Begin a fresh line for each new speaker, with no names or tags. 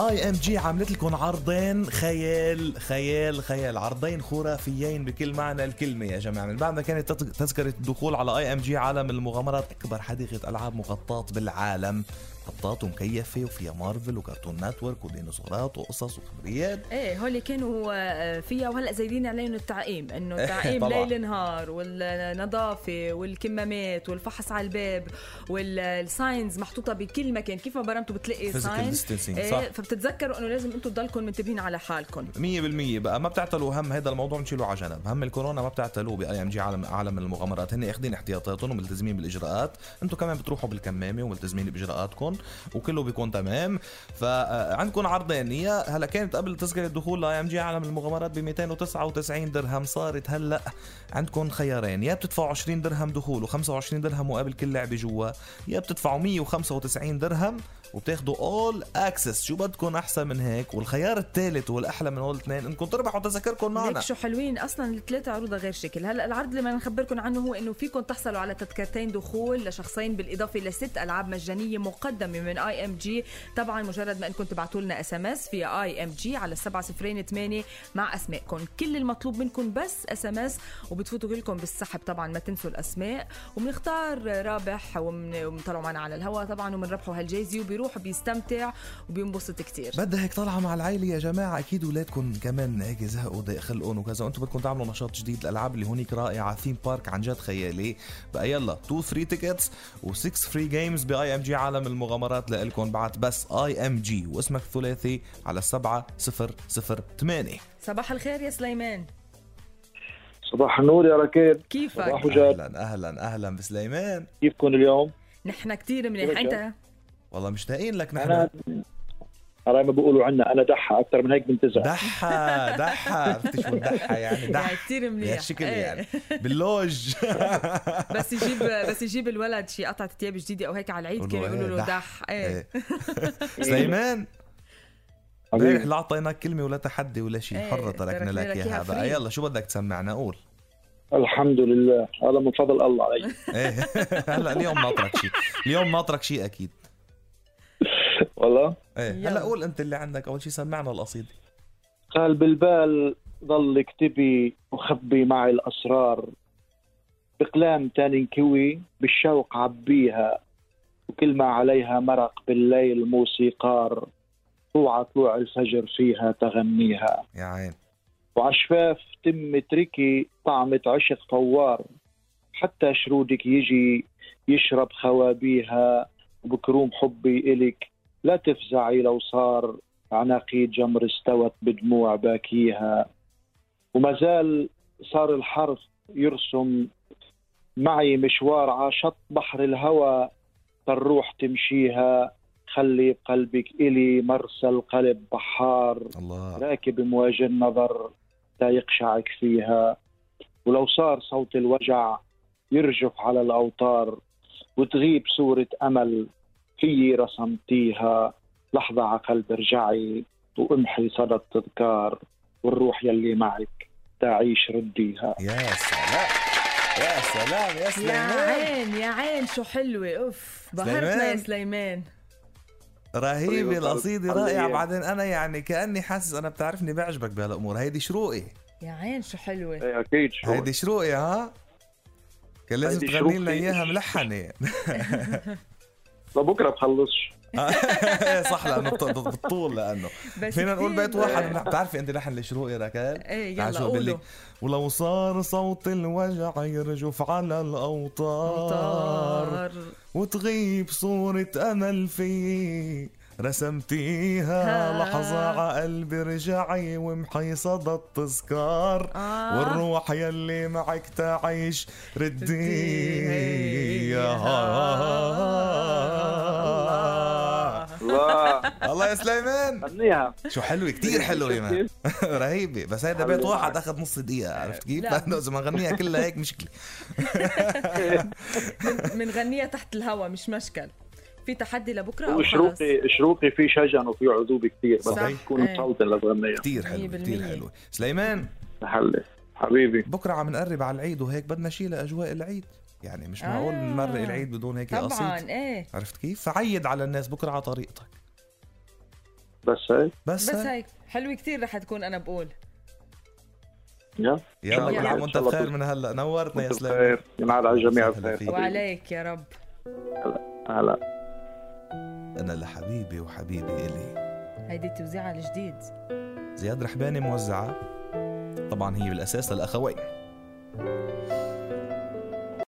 اي ام جي عملت لكم عرضين خيال خيال خيال عرضين خرافيين بكل معنى الكلمه يا جماعه من بعد ما كانت تت- تذكره الدخول على اي ام جي عالم المغامرات اكبر حديقه العاب مغطاه بالعالم مغطاه ومكيفه وفيها مارفل وكرتون نتورك وديناصورات وقصص وخبريات
ايه هول كانوا آه، فيها وهلا زايدين عليهم التعقيم انه التعقيم
إيه، طبعاً.
ليل نهار والنظافه والكمامات والفحص على الباب والساينز محطوطه بكل مكان كيف ما برمتوا بتلاقي
فيزيكال
ساينز
distancing صح
ايه فبتتذكروا انه لازم انتم تضلكم منتبهين على حالكم
100% بقى ما بتعتلوا هم هذا الموضوع نشيله على جنب، هم الكورونا ما بتعتلوه باي ام جي عالم عالم المغامرات، هن اخذين احتياطاتهم وملتزمين بالاجراءات، انتم كمان بتروحوا بالكمامه وملتزمين باجراءاتكم وكله بيكون تمام، آه، فعندكم عرضين هي هلا كانت قبل تذكره الدخول لاي ام جي عالم المغامرات ب 299 درهم صارت هلا عندكم خيارين يا بتدفعوا 20 درهم دخول و25 درهم وقابل كل لعبه جوا، يا بتدفعوا 195 درهم وبتاخدوا اول اكسس شو بدكم احسن من هيك والخيار الثالث والاحلى من هول الاثنين انكم تربحوا تذاكركم معنا
ليك شو حلوين اصلا الثلاثه عروضه غير شكل هلا العرض اللي بدنا نخبركم عنه هو انه فيكم تحصلوا على تذكرتين دخول لشخصين بالاضافه لست العاب مجانيه مقدمه من اي ام جي طبعا مجرد ما انكم تبعتوا لنا اس ام اس في اي ام جي على 7028 مع اسمائكم كل المطلوب منكم بس اس ام اس وبتفوتوا كلكم بالسحب طبعا ما تنسوا الاسماء وبنختار رابح وبن- وبنطلعوا معنا على الهواء طبعا وبنربحوا هالجايزه وبيروح بيستمتع وبينبسط كثير
بدها هيك طالعه مع العيله يا جماعه اكيد اولادكم كمان هيك زهقوا ضيق خلقهم وكذا وانتم بدكم تعملوا نشاط جديد الالعاب اللي هونيك رائعه ثيم بارك عن جد خيالي بقى يلا 2 3 تيكتس و6 فري جيمز باي ام جي عالم المغامرات لإلكم بعت بس اي ام جي واسمك الثلاثي على 7008
صباح الخير يا سليمان
صباح النور يا ركيل
كيفك؟
صباح وجاد
اهلا اهلا اهلا بسليمان
كيفكم اليوم؟
نحن كتير منيح
كيفك
انت
والله مشتاقين لك نحن
انا على ما بيقولوا عنا انا دحى اكثر من هيك بنتزع
دحى دحى عرفتي شو الدحى يعني
يعني
دحى
كتير منيح
بهالشكل
إيه.
يعني باللوج
بس يجيب بس يجيب الولد شي قطعة ثياب جديدة او هيك على العيد كانوا
والله
يقولوا له
إيه،
دح ايه
إيه. سليمان إيه، امبارح
حبيبي
لا اعطيناك كلمه ولا تحدي ولا شيء
إيه،
حره تركنا
تركنا
لك
لك إياها
اياها بقى
free.
يلا شو بدك تسمعنا قول
الحمد لله هذا من فضل الله علي
ايه هلا اليوم ناطرك شيء اليوم ناطرك شيء اكيد
والله
ايه هلا
يلا.
قول انت اللي عندك اول شيء سمعنا القصيده
قال بالبال ضل اكتبي وخبي معي الاسرار بقلام تاني نكوي بالشوق عبيها وكل ما عليها مرق بالليل موسيقار طلوع طلوع الفجر فيها تغنيها
يا عين
وعشفاف تم تركي طعمة عشق فوار حتى شرودك يجي يشرب خوابيها وبكروم حبي إلك لا تفزعي لو صار عناقيد جمر استوت بدموع باكيها وما زال صار الحرف يرسم معي مشوار على شط بحر الهوى فالروح تمشيها خلي بقلبك إلي مرسى القلب بحار
الله
راكب مواجه النظر لا يقشعك فيها ولو صار صوت الوجع يرجف على الأوتار وتغيب صورة أمل في رسمتيها لحظة على قلب ارجعي وامحي صدى التذكار والروح يلي معك تعيش رديها
يا سلام يا سلام يا
يا
سليمان
عين يا عين شو حلوة اوف بهرتنا
سليمان.
يا سليمان
رهيبه
طيب،
القصيده
طيب.
رائعه
طيب.
بعدين انا يعني كاني حاسس انا بتعرفني بعجبك بهالامور هيدي شروقي
يا عين شو حلوة
إيه، أكيد
هيدي شروقي ها كان لازم
هيدي
تغني لنا
شروقي.
اياها ملحنه
لبكرة بخلصش
إيه صح لانه بت- بت- بالطول لانه
بس
فينا نقول
كتير-
بيت واحد من- بتعرفي انت لحن الشروقي ركال
ايه
تعال شو
يلا
بقول
قولوا
لك. ولو صار صوت الوجع يرجف على الاوتار
مطار.
وتغيب صورة امل في رسمتيها
ها.
لحظة ع قلبي رجعي ومحي صدى التذكار
آه.
والروح يلي معك تعيش رديها
الله.
الله
الله يا سليمان
غنيها
شو حلوة كتير حلوة يا رهيبة بس هيدا بيت
حلوة.
واحد اخذ نص دقيقة عرفت كيف؟
لا.
لانه اذا ما غنيها كلها هيك مشكلة
منغنيها تحت الهوا مش مشكل في تحدي لبكره او خلص
وشروقي شروقي في شجن وفي عذوبة كثير بس
صح.
تكون
إيه.
صوتا لتغنيها
كتير حلوة
مية
كتير
بالمية.
حلوة سليمان
محلي حبيبي
بكرة عم نقرب على العيد وهيك بدنا شيء لأجواء العيد يعني مش
آه.
معقول نمرق العيد بدون هيك
طبعا
قصيد
ايه
عرفت كيف؟ فعيد على الناس بكره على طريقتك
بس هيك
بس,
بس هيك حلوه كتير رح تكون انا بقول
يا
يلا كل
يعني
عام وانت
إن شاء الله
بخير من هلا نورتنا يا
كنت
سلام
بخير ينعاد على الجميع
أهلا
بخير
فيك.
حبيبي.
وعليك يا رب
هلا
انا لحبيبي وحبيبي الي
هيدي التوزيعه الجديد
زياد رحباني موزعة طبعا هي بالأساس للأخوين